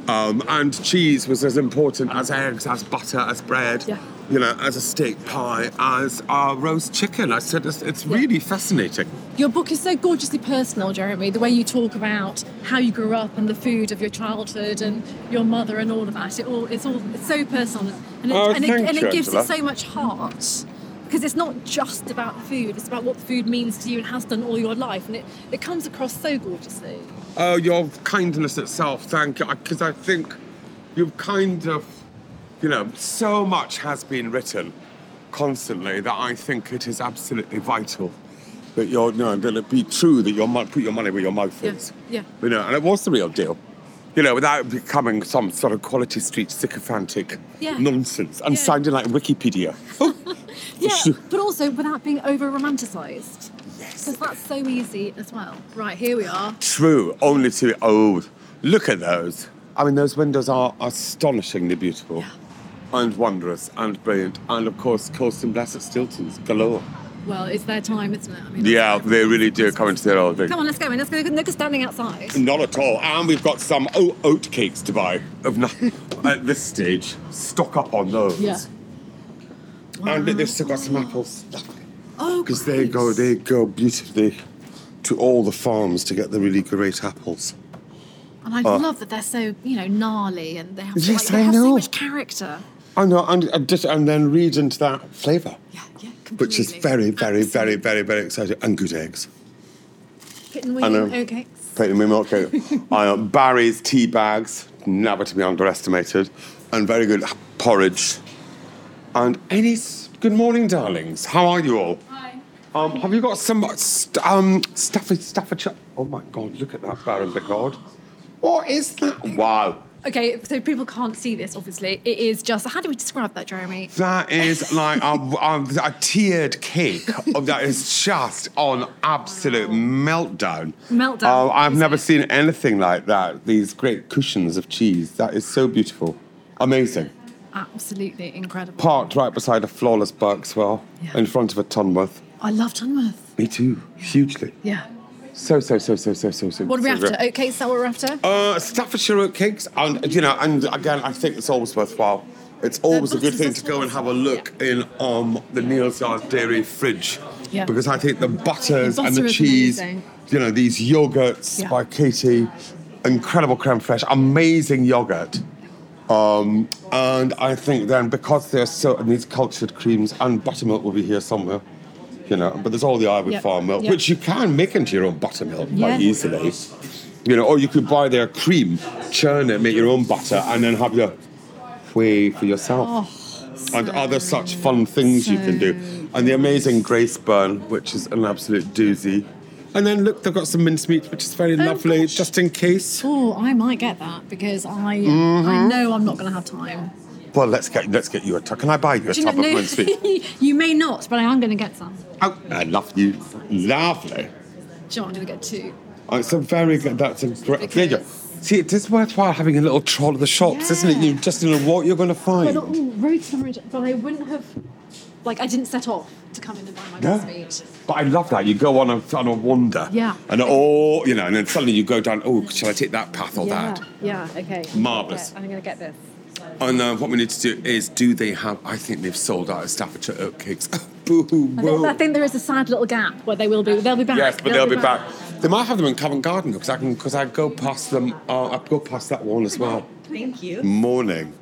Speaker 2: Um, and cheese was as important as eggs, as butter, as bread,
Speaker 3: Yeah.
Speaker 2: you know, as a steak pie, as uh, roast chicken. I said, it's, it's really fascinating.
Speaker 3: Your book is so gorgeously personal, Jeremy. The way you talk about how you grew up and the food of your childhood and your mother and all of that. It all it's all it's so personal and it,
Speaker 2: Oh,
Speaker 3: and, it,
Speaker 2: thank
Speaker 3: and
Speaker 2: you,
Speaker 3: it gives it
Speaker 2: Angela.
Speaker 3: so much heart. Because it's not just about the food, it's about what the food means to you and has done all your life. And it, it comes across so gorgeously.
Speaker 2: Oh, your kindness itself, thank you. Because I think you've kind of, you know, so much has been written constantly that I think it is absolutely vital that you're, no, that it be true that your mon- put your money where your mouth
Speaker 3: Yeah,
Speaker 2: is.
Speaker 3: yeah.
Speaker 2: You know, and it was the real deal. You know, without becoming some sort of quality street sycophantic
Speaker 3: Yeah.
Speaker 2: nonsense and
Speaker 3: Yeah.
Speaker 2: sounding like Wikipedia.
Speaker 3: Yeah,
Speaker 2: Sure.
Speaker 3: but also without being over romanticised. Because
Speaker 2: yes.
Speaker 3: that's so easy as well. Right, here we are.
Speaker 2: True, only to oh, look at those. I mean, those windows are astonishingly beautiful and wondrous and brilliant. And of course, Colston Blessed Stiltons galore.
Speaker 3: Well, it's their time, isn't it? I mean,
Speaker 2: Yeah, they really do come into their own thing.
Speaker 3: Come on, let's go in. Let's go. Look, at standing outside.
Speaker 2: Not at all. And we've got some oh, oat cakes to buy. Of no- at this stage, stock up on those.
Speaker 3: Yeah.
Speaker 2: And they've still got some apples.
Speaker 3: Oh,
Speaker 2: Because they go, they go beautifully to all the farms to get the really great apples.
Speaker 3: And I love that they're so, you know, gnarly and they have,
Speaker 2: Yes,
Speaker 3: like, they
Speaker 2: I
Speaker 3: have so
Speaker 2: know.
Speaker 3: much character.
Speaker 2: I know, and, and, just, and then read into that flavour.
Speaker 3: Yeah, yeah, completely.
Speaker 2: which is very, very, very, very, very exciting. And good eggs.
Speaker 3: Kitten
Speaker 2: I know.
Speaker 3: weaving oatcakes.
Speaker 2: Put them in milk cake. uh, Barry's tea bags, never to be underestimated. And very good porridge. And any s- good morning, darlings. How are you all?
Speaker 8: Hi.
Speaker 2: Um, have you got some st- um, Stafford, Staffordshire? Oh my God! Look at that, Baron Bigard. What is that? Wow,
Speaker 3: Okay, so people can't see this, obviously. It is just, how do we describe that, Jeremy?
Speaker 2: that is like a, a, a tiered cake of- that is just on absolute meltdown.
Speaker 3: Meltdown,
Speaker 2: Oh, I've
Speaker 3: is
Speaker 2: never
Speaker 3: it?
Speaker 2: seen anything like that. These great cushions of cheese. That is so beautiful, amazing.
Speaker 3: Absolutely incredible.
Speaker 2: Parked right beside a flawless Berkswell,
Speaker 1: Yeah.
Speaker 2: in front of a Tunworth.
Speaker 3: I love Tunworth.
Speaker 2: Me too, hugely.
Speaker 1: Yeah.
Speaker 2: So so so so so so so.
Speaker 3: What are we
Speaker 2: so
Speaker 3: after?
Speaker 2: good.
Speaker 3: Okay, is that what we're after?
Speaker 2: Uh, Staffordshire cakes, and you know, and again, I think it's always worthwhile. It's always a good thing to go and have a look in um, the Neil's Yard Dairy fridge,
Speaker 1: Yeah.
Speaker 2: because I think the butters
Speaker 3: The
Speaker 2: and the
Speaker 3: butter is
Speaker 2: cheese,
Speaker 3: amazing.
Speaker 2: you know, these yogurts
Speaker 1: Yeah.
Speaker 2: by Katie, incredible creme fraiche, amazing yogurt, um, and I think then because they're so and these cultured creams and buttermilk will be here somewhere. You know, but there's all the Iwood
Speaker 3: Yeah.
Speaker 2: farm milk,
Speaker 3: Yeah.
Speaker 2: which you can make into your own buttermilk quite
Speaker 3: Yeah.
Speaker 2: easily. You know, or you could buy their cream, churn it, make your own butter, and then have your whey for yourself.
Speaker 3: Oh,
Speaker 2: and other such fun things you can do. And the amazing Grace Byrne, which is an absolute doozy. And then look, they've got some mincemeat, which is very lovely,
Speaker 3: gosh.
Speaker 2: just in case.
Speaker 3: Um, Oh, I might get that because I I
Speaker 2: Mm-hmm.
Speaker 3: know I'm not going to have time.
Speaker 2: Well, let's get let's get you a tub. Can I buy you a
Speaker 3: Do you
Speaker 2: tub
Speaker 3: know-
Speaker 2: of mincemeat?
Speaker 3: you may not, but I am going to get some.
Speaker 2: oh, I love you. Lovely.
Speaker 3: Do you know what, I'm going to get two.
Speaker 2: Oh, it's a very good. That's a great. Yeah, yeah.
Speaker 3: Because-
Speaker 2: See, it is worthwhile having a little troll of the shops, isn't it?
Speaker 3: Yeah.
Speaker 2: You just don't know what you're going to
Speaker 3: But, oh,
Speaker 2: find.
Speaker 3: not- ooh, road to road, but I wouldn't have, like, I didn't set off to come in and buy my
Speaker 2: Yeah.
Speaker 3: mincemeat.
Speaker 2: But I love that. You go on a, on a wander.
Speaker 3: Yeah.
Speaker 2: And all, you know, and then suddenly you go down, oh, shall I take that path or
Speaker 3: Yeah,
Speaker 2: that?
Speaker 3: yeah, okay.
Speaker 2: Marvellous.
Speaker 3: I'm going to get this.
Speaker 2: And uh, what we need to do is, do they have, I think they've sold out of Staffordshire oatcakes. Boo hoo,
Speaker 3: I think,
Speaker 2: whoa.
Speaker 3: I think there is a sad little gap where they will be. They'll be back.
Speaker 2: Yes, but they'll, be back. They might have them in Covent Garden because I can because I go past them. Uh, I go past that one as well.
Speaker 7: Thank you.
Speaker 2: Morning.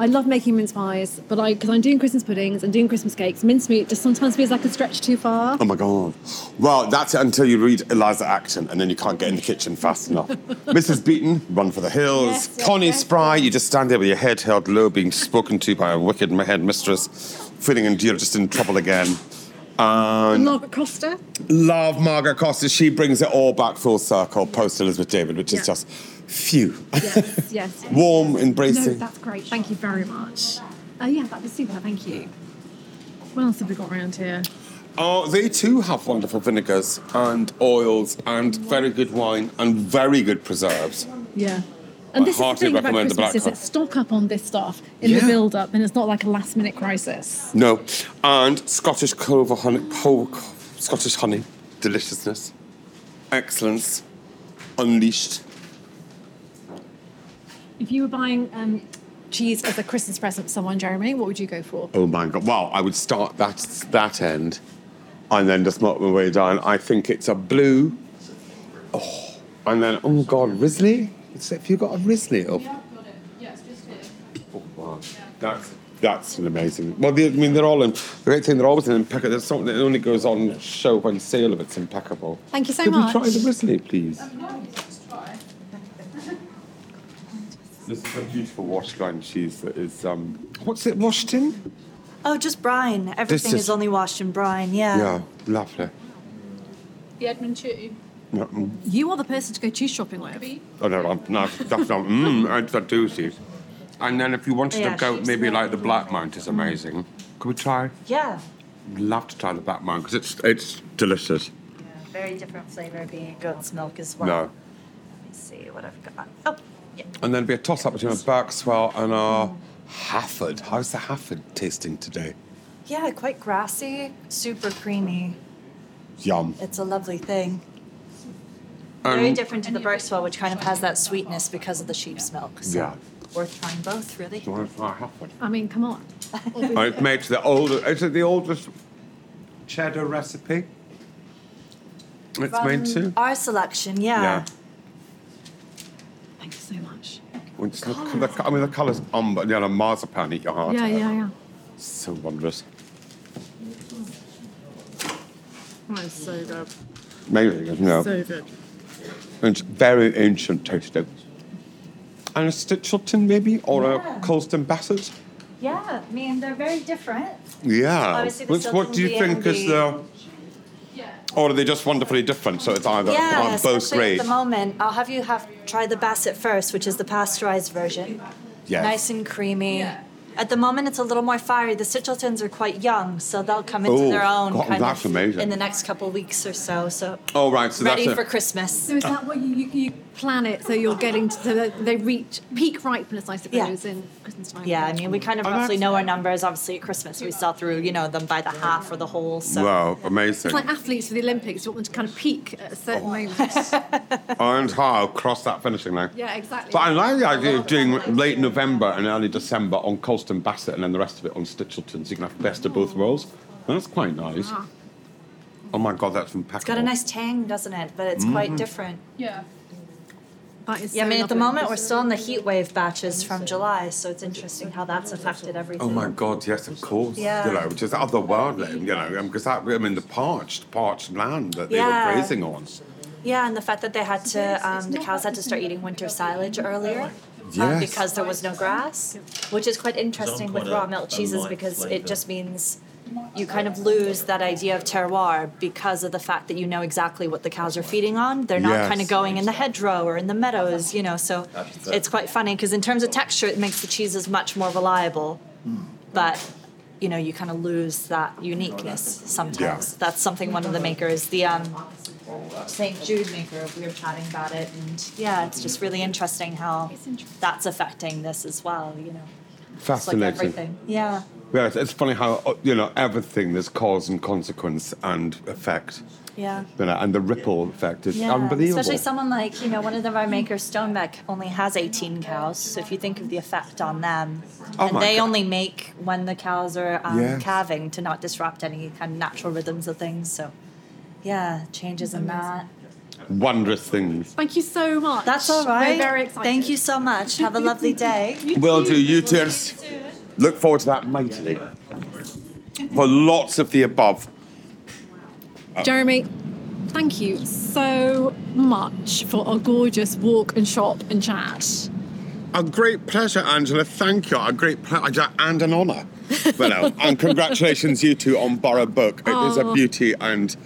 Speaker 3: I love making mince pies, but I because I'm doing Christmas puddings and doing Christmas cakes. Mincemeat just sometimes feels like a stretch too far.
Speaker 2: Oh my god. Well, that's it until you read Eliza Acton and then you can't get in the kitchen fast enough. Mrs. Beaton, run for the hills.
Speaker 3: Yes, yes,
Speaker 2: Connie
Speaker 3: yes.
Speaker 2: Spry, you just stand there with your head held low, being spoken to by a wicked headmistress, feeling and you're just in trouble again. And
Speaker 3: Margaret Costa.
Speaker 2: love Margaret Costa. She brings it all back full circle post Elizabeth David, which is
Speaker 3: Yeah.
Speaker 2: just phew.
Speaker 3: Yes, yes. yes.
Speaker 2: Warm,
Speaker 3: no,
Speaker 2: embracing.
Speaker 3: that's great. Thank you very much. Uh, yeah, that'd be super. Thank you. What else have we got around here?
Speaker 2: Uh, they too have wonderful vinegars and oils and very good wine and very good preserves.
Speaker 3: Yeah. And
Speaker 2: I
Speaker 3: this is the
Speaker 2: heartily
Speaker 3: thing about
Speaker 2: recommend the
Speaker 3: Christmas
Speaker 2: Black
Speaker 3: is
Speaker 2: Hole.
Speaker 3: it's stock up on this stuff in
Speaker 2: Yeah.
Speaker 3: the build up, and it's not like a last minute crisis.
Speaker 2: No, and Scottish clover honey, whole c- Scottish honey, deliciousness, excellence, unleashed.
Speaker 3: If you were buying um, cheese as a Christmas present for someone, Jeremy, what would you go for?
Speaker 2: Oh my god! Well, I would start that that end, and then just work my way down. I think it's a blue. Oh, and then oh god, Risley. It's if you got a Risley up. Oh, wow. That's that's an amazing. Well, they, I mean, they're all in. The great thing, they're always in impeccable. There's something that only goes on show when sale if it's impeccable.
Speaker 3: Thank you so
Speaker 2: Could
Speaker 3: much.
Speaker 2: we try the Risley, please? This is a beautiful washline cheese that is. Um, what's it washed in?
Speaker 9: Oh, just brine. Everything
Speaker 2: is-
Speaker 9: is only washed in brine. Yeah.
Speaker 2: Yeah, lovely.
Speaker 5: The Edmund Chew.
Speaker 2: No, mm.
Speaker 3: You are the person to go cheese shopping with.
Speaker 2: Oh no, I'm, no, that's not. Mmm, it's a doozy. And then if you wanted
Speaker 9: Yeah,
Speaker 2: to go,
Speaker 9: she's
Speaker 2: maybe
Speaker 9: lovely.
Speaker 2: like the Black Mount is amazing. Could we try?
Speaker 9: Yeah.
Speaker 2: Love to try the Black Mount because it's it's delicious.
Speaker 9: Very different flavor being goat's milk as well.
Speaker 2: No.
Speaker 9: Let me see what I've got. Oh, yeah.
Speaker 2: And then it'd be a toss up between a Berkswell and a Hafford. How's the Hafford tasting today?
Speaker 9: Yeah, quite grassy, super creamy.
Speaker 2: Yum.
Speaker 9: It's a lovely thing. Very
Speaker 2: Um,
Speaker 9: different to the Berkswell, which kind of has that sweetness because of the sheep's milk. So
Speaker 2: Yeah.
Speaker 9: Worth trying both, really.
Speaker 2: Do you want to try a Hafford?
Speaker 3: I mean, come on.
Speaker 2: Oh, it's made to the older. Is it the oldest cheddar recipe? It's made to.
Speaker 9: Our selection, yeah.
Speaker 2: Yeah.
Speaker 3: Thank you so much.
Speaker 2: Well, it's the, the, I mean, the colour's umber. You know, marzipan eat your heart
Speaker 3: Yeah,
Speaker 2: out.
Speaker 3: yeah, yeah.
Speaker 2: So wondrous.
Speaker 3: That is so good.
Speaker 2: Amazing, isn't it?
Speaker 3: So good.
Speaker 2: it's very ancient tasting. And a Stitchelton, maybe? Or a Colston Bassett?
Speaker 9: Yeah, I mean, they're very different.
Speaker 2: Yeah.
Speaker 9: Obviously, the
Speaker 2: Which, what
Speaker 9: Stilton
Speaker 2: do you
Speaker 9: Lee
Speaker 2: think
Speaker 9: and
Speaker 2: is
Speaker 9: the-
Speaker 2: the Or are they just wonderfully different? So it's either
Speaker 9: Yeah,
Speaker 2: aren't both
Speaker 9: especially
Speaker 2: great.
Speaker 9: at the moment. I'll have you have try the Bassett first, which is the pasteurized version.
Speaker 2: Yes.
Speaker 9: Nice and creamy.
Speaker 5: Yeah.
Speaker 9: At the moment, it's a little more fiery. The Sitcheltons are quite young, so they'll come into
Speaker 2: Oh,
Speaker 9: their own
Speaker 2: God,
Speaker 9: kind
Speaker 2: that's
Speaker 9: of
Speaker 2: amazing.
Speaker 9: in the next couple weeks or so. So
Speaker 2: Oh, right, so
Speaker 9: ready
Speaker 2: that's a-
Speaker 9: for Christmas.
Speaker 3: So is that what you, you, you plan it so you're getting to so that they reach peak ripeness, I suppose,
Speaker 9: Yeah.
Speaker 3: in Christmas time?
Speaker 9: Yeah, I mean, we kind of
Speaker 2: Oh,
Speaker 9: roughly
Speaker 2: that's-
Speaker 9: know our numbers. Obviously, at Christmas, we sell through, you know, them by the half or the whole. So
Speaker 2: Wow, amazing.
Speaker 3: It's like athletes for the Olympics, you want them to kind of peak at a certain
Speaker 2: Oh.
Speaker 3: moment.
Speaker 2: Ironed hard, cross that finishing line.
Speaker 3: yeah, exactly.
Speaker 2: But I like the idea of doing late November and early December on Colston Bassett and then the rest of it on Stitchelton, so you can have best of both worlds. That's quite nice.
Speaker 3: Ah.
Speaker 2: Oh my god, that's impeccable.
Speaker 9: it's got a nice tang, doesn't it? But it's quite
Speaker 2: Mm-hmm.
Speaker 9: different.
Speaker 5: Yeah.
Speaker 3: That is
Speaker 9: Yeah, I
Speaker 3: so
Speaker 9: mean, at the
Speaker 3: lovely.
Speaker 9: moment, we're still in the heat wave batches from July, so it's interesting how that's affected everything.
Speaker 2: Oh my God! Yes, of course.
Speaker 9: Yeah.
Speaker 2: You know, which is otherworldly. You know, because that I mean the parched, parched land that they
Speaker 9: Yeah.
Speaker 2: were grazing on.
Speaker 9: Yeah, and the fact that they had to, um, the cows had to start eating winter silage earlier. um,
Speaker 2: Yes.
Speaker 9: because there was no grass, which is quite interesting with raw milk cheeses because it just means you kind of lose that idea of terroir because of the fact that you know exactly what the cows are feeding on. They're not
Speaker 2: Yes.
Speaker 9: kind of going in the hedgerow or in the meadows, you know. So it's quite funny because in terms of texture, it makes the cheeses much more reliable, but you know you kind of lose that uniqueness sometimes.
Speaker 2: Yeah.
Speaker 9: That's something one of the makers, the um, St. Jude maker, we were chatting about it, and yeah, it's just really interesting how that's affecting this as well. You know, it's like
Speaker 2: Fascinating.
Speaker 9: everything. Yeah.
Speaker 2: Yes, it's funny how uh, you know everything. There's cause and consequence and effect.
Speaker 9: Yeah.
Speaker 2: You know, and the ripple effect is
Speaker 9: Yeah,
Speaker 2: unbelievable.
Speaker 9: especially someone like you know one of the- our makers, Stoneback, only has 18 cows. So if you think of the effect on them,
Speaker 2: Oh
Speaker 9: and
Speaker 2: my
Speaker 9: they
Speaker 2: God.
Speaker 9: only make when the cows are um,
Speaker 2: Yes.
Speaker 9: calving to not disrupt any kind of natural rhythms of things. So yeah, changes in that.
Speaker 2: Wondrous things.
Speaker 3: Thank you so much.
Speaker 9: That's all right.
Speaker 3: We're very excited.
Speaker 9: Thank you so much. Have a lovely day.
Speaker 2: Will do, you tears. Look forward to that mightily. For lots of the above.
Speaker 3: Jeremy, thank you so much for a gorgeous walk and shop and chat.
Speaker 2: A great pleasure, Angela. Thank you. A great pleasure and an honour. You know, and congratulations, you two, on Borough Book. It is a beauty and,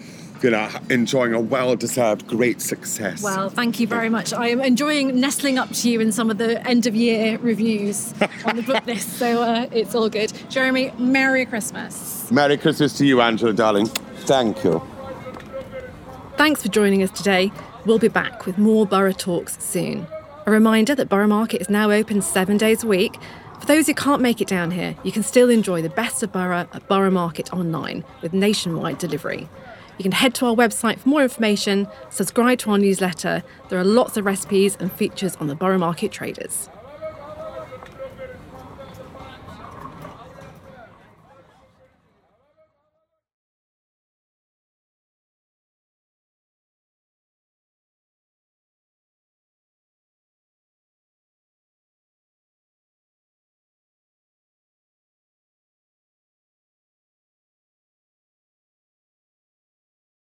Speaker 2: you know, enjoying a well-deserved great success.
Speaker 3: Well, thank you very much. I am enjoying nestling up to you in some of the end of year reviews on the book list, so uh, it's all good. Jeremy, Merry Christmas.
Speaker 2: Merry Christmas to you, Angela, darling. Thank you.
Speaker 1: Thanks for joining us today. We'll be back with more Borough Talks soon. A reminder that Borough Market is now open seven days a week. For those who can't make it down here, you can still enjoy the best of Borough at Borough Market online with nationwide delivery. You can head to our website for more information, subscribe to our newsletter. There are lots of recipes and features on the Borough Market traders.